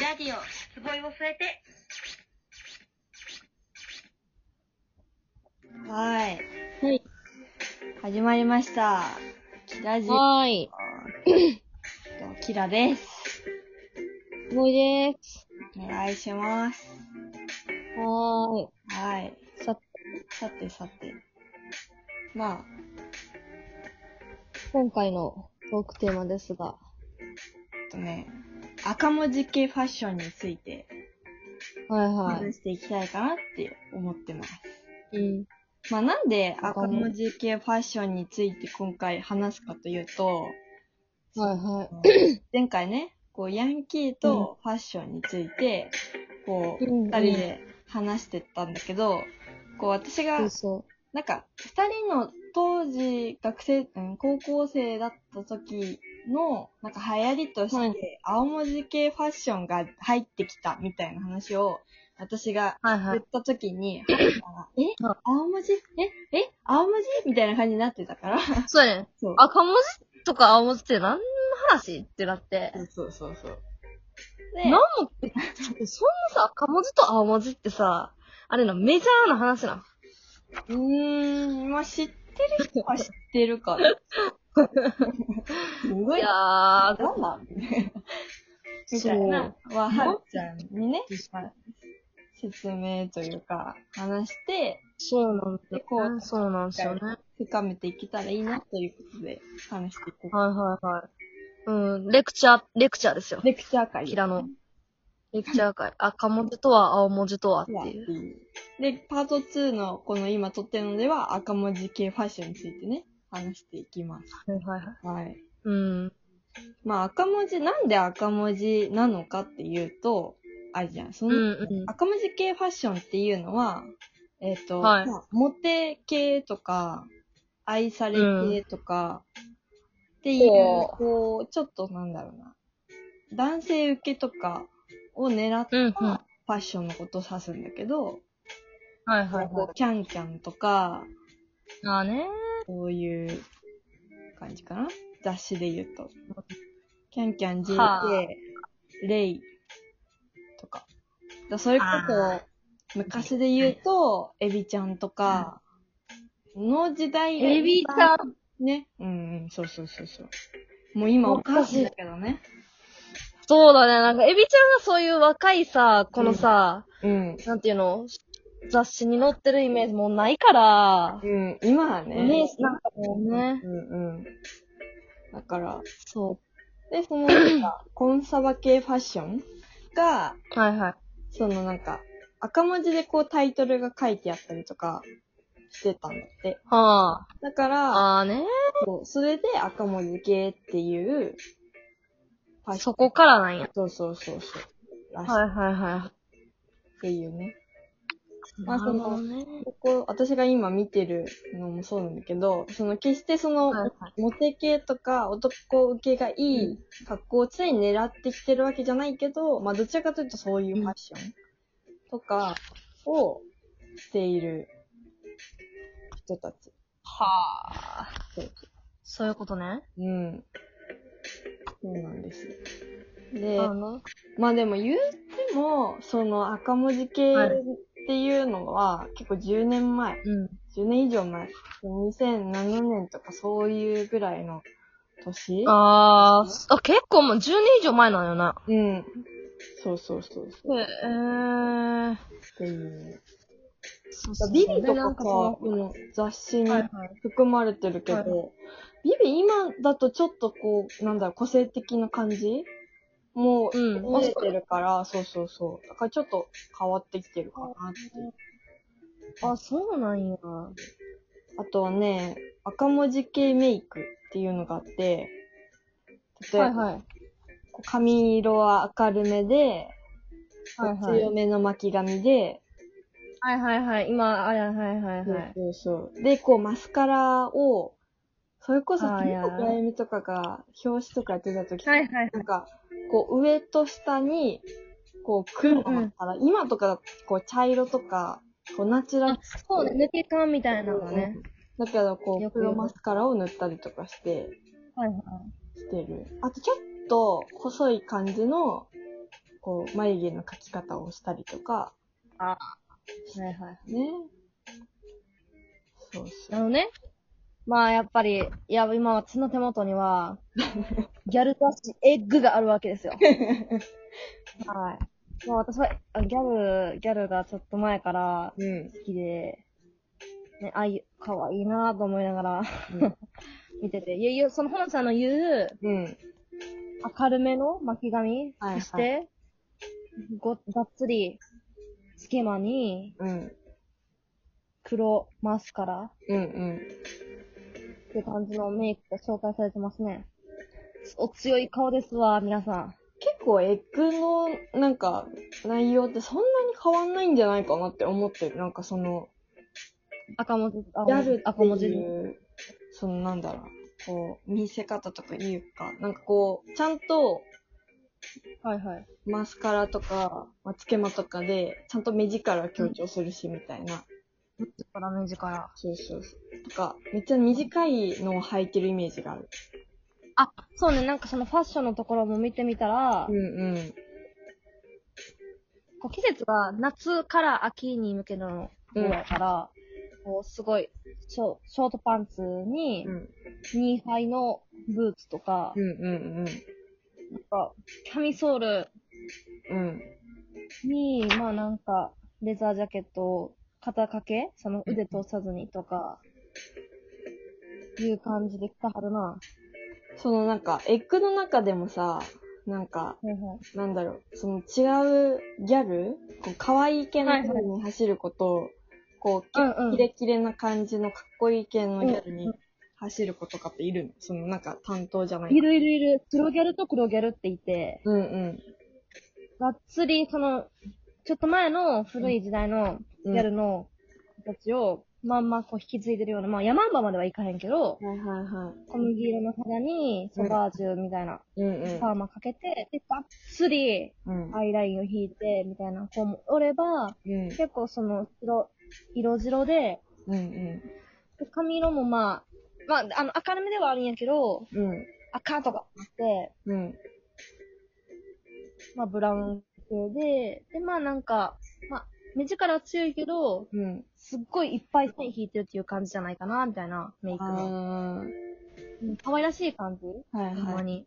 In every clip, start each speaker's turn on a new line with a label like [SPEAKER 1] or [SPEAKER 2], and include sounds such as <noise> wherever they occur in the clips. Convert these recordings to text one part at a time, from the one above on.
[SPEAKER 1] ラディオ、つぼいを添えて。
[SPEAKER 2] はい。
[SPEAKER 3] はい。
[SPEAKER 2] 始まりました。キラジオ。
[SPEAKER 3] はーい。
[SPEAKER 2] キラです。
[SPEAKER 3] すごいです。
[SPEAKER 2] お願いします。
[SPEAKER 3] は
[SPEAKER 2] はい。
[SPEAKER 3] ーい。さ、
[SPEAKER 2] さてさて。ま
[SPEAKER 3] 今回のトークテーマですが。
[SPEAKER 2] あ、えっとね、赤文字系ファッションについて
[SPEAKER 3] はいは
[SPEAKER 2] 話していきたいかなって思ってます。
[SPEAKER 3] い。うん。
[SPEAKER 2] まあなんで赤
[SPEAKER 3] 赤文
[SPEAKER 2] 文字系ファッションについて今回話すかというと、
[SPEAKER 3] はいはい。
[SPEAKER 2] <coughs> 前回ね、こう、ヤンキーとファッションについて、こう、
[SPEAKER 3] うん
[SPEAKER 2] 二人で話してったんだけど、こう、私が
[SPEAKER 3] そう、そ
[SPEAKER 2] なんか、二人の当時、学生、うん、高校生だった時の、なんか流行りと
[SPEAKER 3] は
[SPEAKER 2] し
[SPEAKER 3] い
[SPEAKER 2] て、青文字系ファッションが入ってきたみたいな話を、私が
[SPEAKER 3] う。はい
[SPEAKER 2] 言
[SPEAKER 3] は
[SPEAKER 2] っ
[SPEAKER 3] い。
[SPEAKER 2] た時 <coughs> に、はるかがえ
[SPEAKER 3] うん
[SPEAKER 2] 青文字ええ青文字みたいな感じになってたから、
[SPEAKER 3] そうやね。
[SPEAKER 2] そう。
[SPEAKER 3] 赤文字とか青文字って何の話ってなって。
[SPEAKER 2] そうそうそう。
[SPEAKER 3] 何も、えそそんなさ、赤文字と青文字ってさ、あれな、メジャーな話な。
[SPEAKER 2] うーん、まあ、知ってる人は知ってるから。すご
[SPEAKER 3] い
[SPEAKER 2] い、
[SPEAKER 3] や
[SPEAKER 2] な
[SPEAKER 3] ー、
[SPEAKER 2] んだみたいな、は、はるちゃんにね、まあ説明というか、話して、
[SPEAKER 3] そうなんです
[SPEAKER 2] でこ
[SPEAKER 3] よ、
[SPEAKER 2] う
[SPEAKER 3] ね。そうなんですよね。
[SPEAKER 2] 深めていけたらいいなということで、話していこうか。
[SPEAKER 3] はいはいはい。うん、レクチャー、レクチャーですよ。
[SPEAKER 2] レクチャー会。
[SPEAKER 3] 平野。レクチャー会。赤文字とは青文字とはって
[SPEAKER 2] は
[SPEAKER 3] いう。
[SPEAKER 2] で、パート2のこの今撮ってるのでは赤文字系ファッションについてね、話していきます。
[SPEAKER 3] はいはいはい。
[SPEAKER 2] はい。
[SPEAKER 3] うん。
[SPEAKER 2] まあ赤文字、なんで赤文字なのかっていうと、あれじゃん、そ
[SPEAKER 3] うん
[SPEAKER 2] の、
[SPEAKER 3] うん。
[SPEAKER 2] 赤文字系ファッションっていうのは、えっ、と、
[SPEAKER 3] はい
[SPEAKER 2] まあモテ系とか、愛され系とか、っていう、
[SPEAKER 3] ほう
[SPEAKER 2] こう、ちょっとなんだろうな、男性受けとかを狙った
[SPEAKER 3] うんうん。
[SPEAKER 2] ファッションのことを指すんだけど、
[SPEAKER 3] はいはい
[SPEAKER 2] こ
[SPEAKER 3] は
[SPEAKER 2] うキャンキャンとか、
[SPEAKER 3] い。ああね
[SPEAKER 2] こういう感じかな雑誌で言うと。キャンキャン
[SPEAKER 3] は
[SPEAKER 2] JK、レイとか。だそういうこ
[SPEAKER 3] あ
[SPEAKER 2] とを昔で言うと、エビちゃんとか、の時代
[SPEAKER 3] エビちゃん。
[SPEAKER 2] ね。うんうん、そうそうそうそう。もう今おかしいだけどね。
[SPEAKER 3] そうだね。なんか、エビちゃんがそういう若いさ、このさ、
[SPEAKER 2] うん。
[SPEAKER 3] なんていうの、雑誌に載ってるイメージもうないから、
[SPEAKER 2] うん、今はね。
[SPEAKER 3] ね、なんかもうね、
[SPEAKER 2] うんうん。だから、
[SPEAKER 3] そ
[SPEAKER 2] で、そのなんか、コンサバ系ファッションが、
[SPEAKER 3] う。はいはい。
[SPEAKER 2] そのなんか、赤文字でこうタイトルが書いてあったりとかしてたんだって。
[SPEAKER 3] は
[SPEAKER 2] だか
[SPEAKER 3] あ。
[SPEAKER 2] ら、
[SPEAKER 3] ああね
[SPEAKER 2] そうそれで赤文字系っていう、ファッション
[SPEAKER 3] そこからなんや。
[SPEAKER 2] そうそうそうそう。らしいっ
[SPEAKER 3] はいはいは
[SPEAKER 2] ていうね。
[SPEAKER 3] い。
[SPEAKER 2] まあその
[SPEAKER 3] なるほどね。
[SPEAKER 2] ここ、私が今見てるのもそうなんだけど、その決してその、
[SPEAKER 3] はいはい
[SPEAKER 2] モテ系とか男受けがいい格好を常に狙ってきてるわけじゃないけど、まあどちらかというとそういうファッションとかをしている人たち。
[SPEAKER 3] はあ。
[SPEAKER 2] そう
[SPEAKER 3] そういうことね。
[SPEAKER 2] うん。そうなんですよ。
[SPEAKER 3] あ
[SPEAKER 2] で、
[SPEAKER 3] の、
[SPEAKER 2] まあでも言っても、その赤文字系っていうのは結構10年前。
[SPEAKER 3] うん。
[SPEAKER 2] 10年以上前。2007年とかそういうぐらいの年
[SPEAKER 3] あーあ、結構もう10年以上前なんよな。
[SPEAKER 2] うん。そうそうそうそう。
[SPEAKER 3] へえー。
[SPEAKER 2] っていう。
[SPEAKER 3] そう
[SPEAKER 2] ビビとか
[SPEAKER 3] な
[SPEAKER 2] さ、
[SPEAKER 3] ん
[SPEAKER 2] こ
[SPEAKER 3] その
[SPEAKER 2] の雑誌に
[SPEAKER 3] はいはい。
[SPEAKER 2] 含まれてるけど、
[SPEAKER 3] はい
[SPEAKER 2] ビビ今だとちょっとこう、なんだろう、個性的な感じもう、
[SPEAKER 3] うん
[SPEAKER 2] 覚えてるから、そうそうそう。だからちょっと変わってきてるかなっていう。
[SPEAKER 3] あ、そうなんや。
[SPEAKER 2] あとはね、赤文字系メイクっていうのがあって、例えば、
[SPEAKER 3] はいはい。
[SPEAKER 2] こう髪色は明るめで、
[SPEAKER 3] はいはい
[SPEAKER 2] 強めの巻き髪で、
[SPEAKER 3] はいはいはい。今、あれはいはいはい。
[SPEAKER 2] そうそうそう。で、こう、マスカラを、それこそ、
[SPEAKER 3] あーいやー
[SPEAKER 2] あゆみとかが、表紙とかやってた時、
[SPEAKER 3] はいはい。
[SPEAKER 2] なんか、こう、上と下に、こう、黒のマスカラ。今とかだと、こう、茶色とか、こう、ナチュラル
[SPEAKER 3] あ、そうね。抜け感みたいなのがね。
[SPEAKER 2] だけど、こう、
[SPEAKER 3] よく
[SPEAKER 2] 黒マスカラを塗ったりとかして、
[SPEAKER 3] はいはい。
[SPEAKER 2] してる。あと、ちょっと、細い感じの、こう、眉毛の描き方をしたりとか、
[SPEAKER 3] はいはい。
[SPEAKER 2] ね。そうそう。
[SPEAKER 3] あのね、まあやっぱり、いや、今私の手元に <laughs> は、ギャル雑誌エッグがあるわけですよ。はい。まあ私は、あギャル、ギャルがちょっと前から
[SPEAKER 2] うん。
[SPEAKER 3] 好きで、ね、ああいう、可愛いなぁと思いながら
[SPEAKER 2] うん、
[SPEAKER 3] 見てて。いやいや、その本さんの言う、
[SPEAKER 2] うん。
[SPEAKER 3] 明るめの巻き髪、
[SPEAKER 2] はいはい
[SPEAKER 3] そして、ご、がっつり、つけまに、
[SPEAKER 2] うん。
[SPEAKER 3] 黒マスカラ
[SPEAKER 2] うん。うん。
[SPEAKER 3] っていう感じのメイクが紹介されてますね。お強い顔ですわ、皆さん。
[SPEAKER 2] 結構、エッグの、なんか、内容ってそんなに変わんないんじゃないかなって思ってる。なんかその、
[SPEAKER 3] 赤文字、
[SPEAKER 2] ギャル
[SPEAKER 3] 赤文
[SPEAKER 2] って
[SPEAKER 3] 字。
[SPEAKER 2] いう、そのなんだろう、こう、見せ方とかいうか、なんかこう、ちゃんと
[SPEAKER 3] はいはい。
[SPEAKER 2] マスカラとか、まあつけまとかで、ちゃんと目力を強調するし、みたいな。
[SPEAKER 3] ラメ字から。
[SPEAKER 2] そうそうそう。とか、めっちゃ短いのを履いてるイメージがある。
[SPEAKER 3] あ、そうね、なんかそのファッションのところも見てみたら、
[SPEAKER 2] んうん。
[SPEAKER 3] こう季節が夏から秋に向けてのぐらいから、こうすごいショ、ショートパンツに
[SPEAKER 2] う、ん
[SPEAKER 3] ニーハイのブーツとか、
[SPEAKER 2] うん
[SPEAKER 3] なんか、キャミソール
[SPEAKER 2] うんうん。
[SPEAKER 3] に、まあなんか、レザージャケットを肩掛けその腕通さずにとか、いう感じで着たはるな。は
[SPEAKER 2] そのなんか、エッグの中でもさ、なんか、
[SPEAKER 3] いはい。
[SPEAKER 2] なんだろう、その違うギャルこう、可愛い系のギャルに走ること、こう、
[SPEAKER 3] うんうん
[SPEAKER 2] キレキレな感じのかっこいい系のギャルに走る子とかっているのそのなんか担当じゃない
[SPEAKER 3] いるいるいる。黒ギャルと黒ギャルっていて、
[SPEAKER 2] うんうん。
[SPEAKER 3] がっつり、その、ちょっと前の古い時代のギ
[SPEAKER 2] うん
[SPEAKER 3] ャルの子たちを、まんまこう引き継いでるような、まあ山んばまではいかへんけど、
[SPEAKER 2] はいはいは
[SPEAKER 3] 小麦色の肌にソバージュみたいな、
[SPEAKER 2] い。うん
[SPEAKER 3] パーマかけて、で、がっつり
[SPEAKER 2] うん。
[SPEAKER 3] アイラインを引いて、みたいな子もおれば、
[SPEAKER 2] うん。
[SPEAKER 3] 結構その色、色白で、
[SPEAKER 2] うんうん。
[SPEAKER 3] 髪色もまあ、まあ、あの、明るめではあるんやけど、
[SPEAKER 2] うん。
[SPEAKER 3] 赤とかあって、
[SPEAKER 2] うん。
[SPEAKER 3] まあ、ブラウン系で、で、まあなんか、まあ、目力は強いけど、
[SPEAKER 2] うん。
[SPEAKER 3] すっごいいっぱい線引いてるっていう感じじゃないかな、みたいなメイクの。
[SPEAKER 2] あ
[SPEAKER 3] うん可愛らしい感じ
[SPEAKER 2] ー。はい
[SPEAKER 3] ほん
[SPEAKER 2] は
[SPEAKER 3] ま
[SPEAKER 2] い。
[SPEAKER 3] に。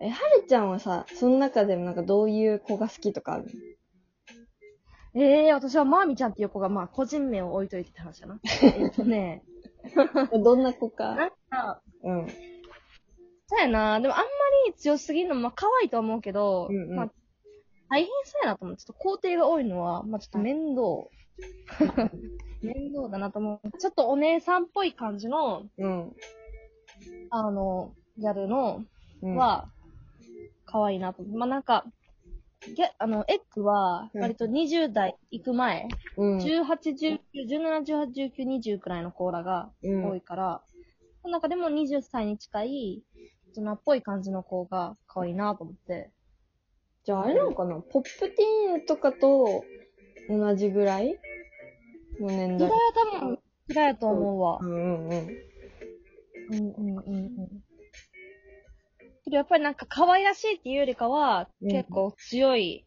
[SPEAKER 2] え、はるちゃんはさ、その中でもなんかどういう子が好きとかある
[SPEAKER 3] ええ私はまーみちゃんっていう子が、まあ、個人名を置いといてって話だな。えっとね、
[SPEAKER 2] <laughs> のどんな子か。
[SPEAKER 3] なんか、
[SPEAKER 2] うん。うん
[SPEAKER 3] そうやな、でもあんまり強すぎるのも、まあ、可愛いとは思うけど、
[SPEAKER 2] うんうん
[SPEAKER 3] まあ、大変そうやなと思う。ちょっと工程が多いのは、まあ、ちょっと面倒。 <laughs> 面倒だなと思う。ちょっとお姉さんっぽい感じの、。あの、ギャルの、
[SPEAKER 2] うん、
[SPEAKER 3] は、可愛いなと思う。まあ、なんか、ギャ、あの、エッグは、
[SPEAKER 2] うん
[SPEAKER 3] 割と20代行く前、
[SPEAKER 2] うん、
[SPEAKER 3] 18、19、17、18、19、20くらいのコーラが
[SPEAKER 2] うん
[SPEAKER 3] 多いから、その中でも20歳に近い、大人っぽい感じの子が可愛いなと思って。
[SPEAKER 2] じゃああれなのかなポップティーンとかと同じぐらいの年
[SPEAKER 3] 時代
[SPEAKER 2] 代
[SPEAKER 3] は。多分、嫌やと思うわ
[SPEAKER 2] う。んうんうん。
[SPEAKER 3] うんうんうんうん。けどやっぱりなんか可愛らしいっていうよりかは、
[SPEAKER 2] うん
[SPEAKER 3] 結構強い、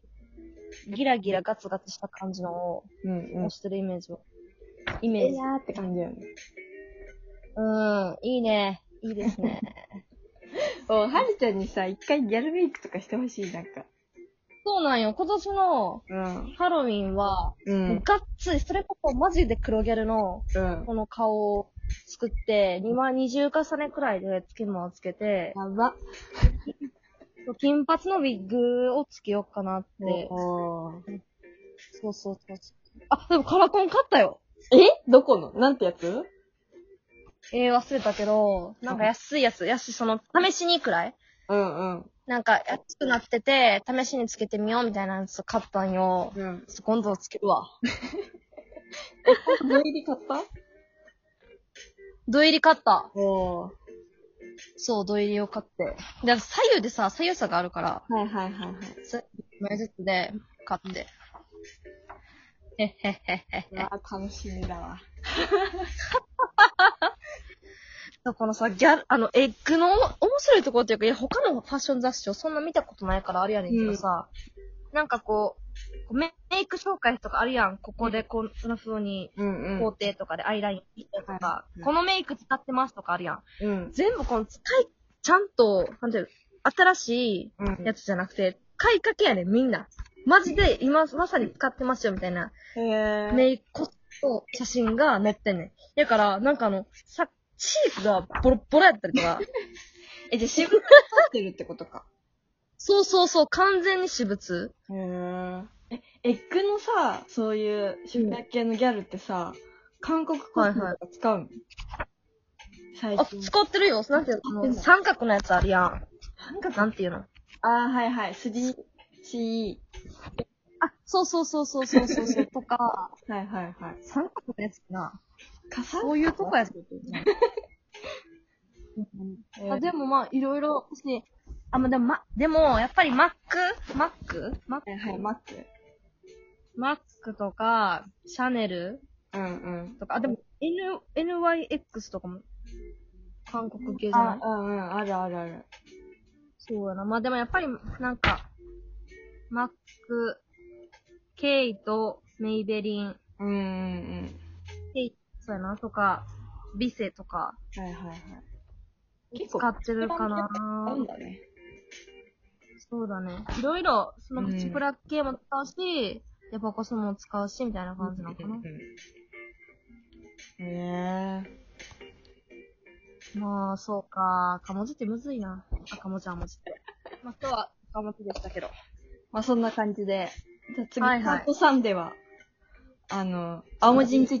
[SPEAKER 3] ギラギラガツガツした感じのを
[SPEAKER 2] うんうん
[SPEAKER 3] 推。してるイメージを。イ
[SPEAKER 2] い
[SPEAKER 3] メージ。
[SPEAKER 2] やーって感じだよね。
[SPEAKER 3] うん、いいね。いいですね。
[SPEAKER 2] おはるちゃんにさ、一回ギャルメイクとかしてほしい、なんか。
[SPEAKER 3] そうなんよ。今年の
[SPEAKER 2] うん。
[SPEAKER 3] ハロウィンは、
[SPEAKER 2] うん。
[SPEAKER 3] がっつり、それこそマジで黒ギャルの
[SPEAKER 2] うん。
[SPEAKER 3] この顔を作って、2万20重ねくらいでつけまをつけて、
[SPEAKER 2] やば。
[SPEAKER 3] 金髪のウィッグをつけようかなって。
[SPEAKER 2] おー
[SPEAKER 3] そうそうそうそう。あ、でもカラコン買ったよ。
[SPEAKER 2] えどこのなんてやつ
[SPEAKER 3] えー、忘れたけど、なんか安いやつ、安い、その、試しにくらい
[SPEAKER 2] うんうん。
[SPEAKER 3] なんか安くなってて、試しにつけてみようみたいなやつ買ったんよ。
[SPEAKER 2] うん。
[SPEAKER 3] ちょっと今度つけるわ。
[SPEAKER 2] 入り買った
[SPEAKER 3] 土入り買った。
[SPEAKER 2] おー。
[SPEAKER 3] そう、土入りを買って。で、左右でさ、左右差があるから、
[SPEAKER 2] はいはいはいはい。
[SPEAKER 3] 前ずつで買って。へっへっへっへ。
[SPEAKER 2] うわー楽しみだわ。
[SPEAKER 3] このさ、ギャル、あの、エッグの思面白いところっていうか、いや、他のファッション雑誌をそんな見たことないからあれやねんけどさ、なんかこう、メメイク紹介とかあるやん。ここでこんな風に、
[SPEAKER 2] うん
[SPEAKER 3] 工程とかでアイライン引いたとか
[SPEAKER 2] うん、
[SPEAKER 3] このメイク使ってますとかあるやん。
[SPEAKER 2] うん。
[SPEAKER 3] 全部この使い、ちゃんと、なんていうの、新し
[SPEAKER 2] うん
[SPEAKER 3] いやつじゃなくて、買いかけやねん、みんな。マジで今、まさに使ってますよ、みたいな。
[SPEAKER 2] へぇ
[SPEAKER 3] メイクと写真が載ってんねん。だから、なんかあの、さ、チークがボロッボロやったりとか、
[SPEAKER 2] え、じゃあ私物になってるってことか。
[SPEAKER 3] そうそうそう、完全に私物。
[SPEAKER 2] へぇえ、エッグのさ、そういう集客系のギャルってさ、韓国コスメとか使うの、最
[SPEAKER 3] あ、
[SPEAKER 2] 近。
[SPEAKER 3] 使ってるよ。なんていうのあの三角のやつあるやん。
[SPEAKER 2] 韓国
[SPEAKER 3] なんていうのあ、
[SPEAKER 2] あー、はいはい。3、C、
[SPEAKER 3] そうそうそうそうそうそうそう、とか、
[SPEAKER 2] はいはいはい。
[SPEAKER 3] 三角のやつかな。
[SPEAKER 2] かさ
[SPEAKER 3] そういうとこやつ。
[SPEAKER 2] えー
[SPEAKER 3] あでもまあ、いろいろ、ね、あ、まあでも、ま、でも、やっぱり Mac?Mac? Mac?
[SPEAKER 2] はいはい、マック。
[SPEAKER 3] Mac とか、シャネル
[SPEAKER 2] うんうん。
[SPEAKER 3] とか、あ、でも N、NYX とかも、韓国系じゃな
[SPEAKER 2] あ
[SPEAKER 3] い、
[SPEAKER 2] うんうん、あるあるある。
[SPEAKER 3] そうやな。まあでもやっぱり、なんか、マック、ケイト、メイベリン、
[SPEAKER 2] うんうん
[SPEAKER 3] ケイト、そうやな、とか、ビセとか、
[SPEAKER 2] うん。はいはいはい。結
[SPEAKER 3] 使ってるかな。
[SPEAKER 2] なんだね。
[SPEAKER 3] そうだね。いろいろ、その
[SPEAKER 2] うん
[SPEAKER 3] プチプラ系も使うし、やっぱコスモも使うし、みたいな感じなのかな。
[SPEAKER 2] うんねえ。
[SPEAKER 3] まあ、そうか。かもじってむずいな。あ、かもじゃんもじって。
[SPEAKER 2] <laughs>
[SPEAKER 3] まあ今日は、かもじでしたけど。
[SPEAKER 2] まあそんな感じで。じゃあ次、
[SPEAKER 3] はいはい
[SPEAKER 2] パート3では、あの、青文字について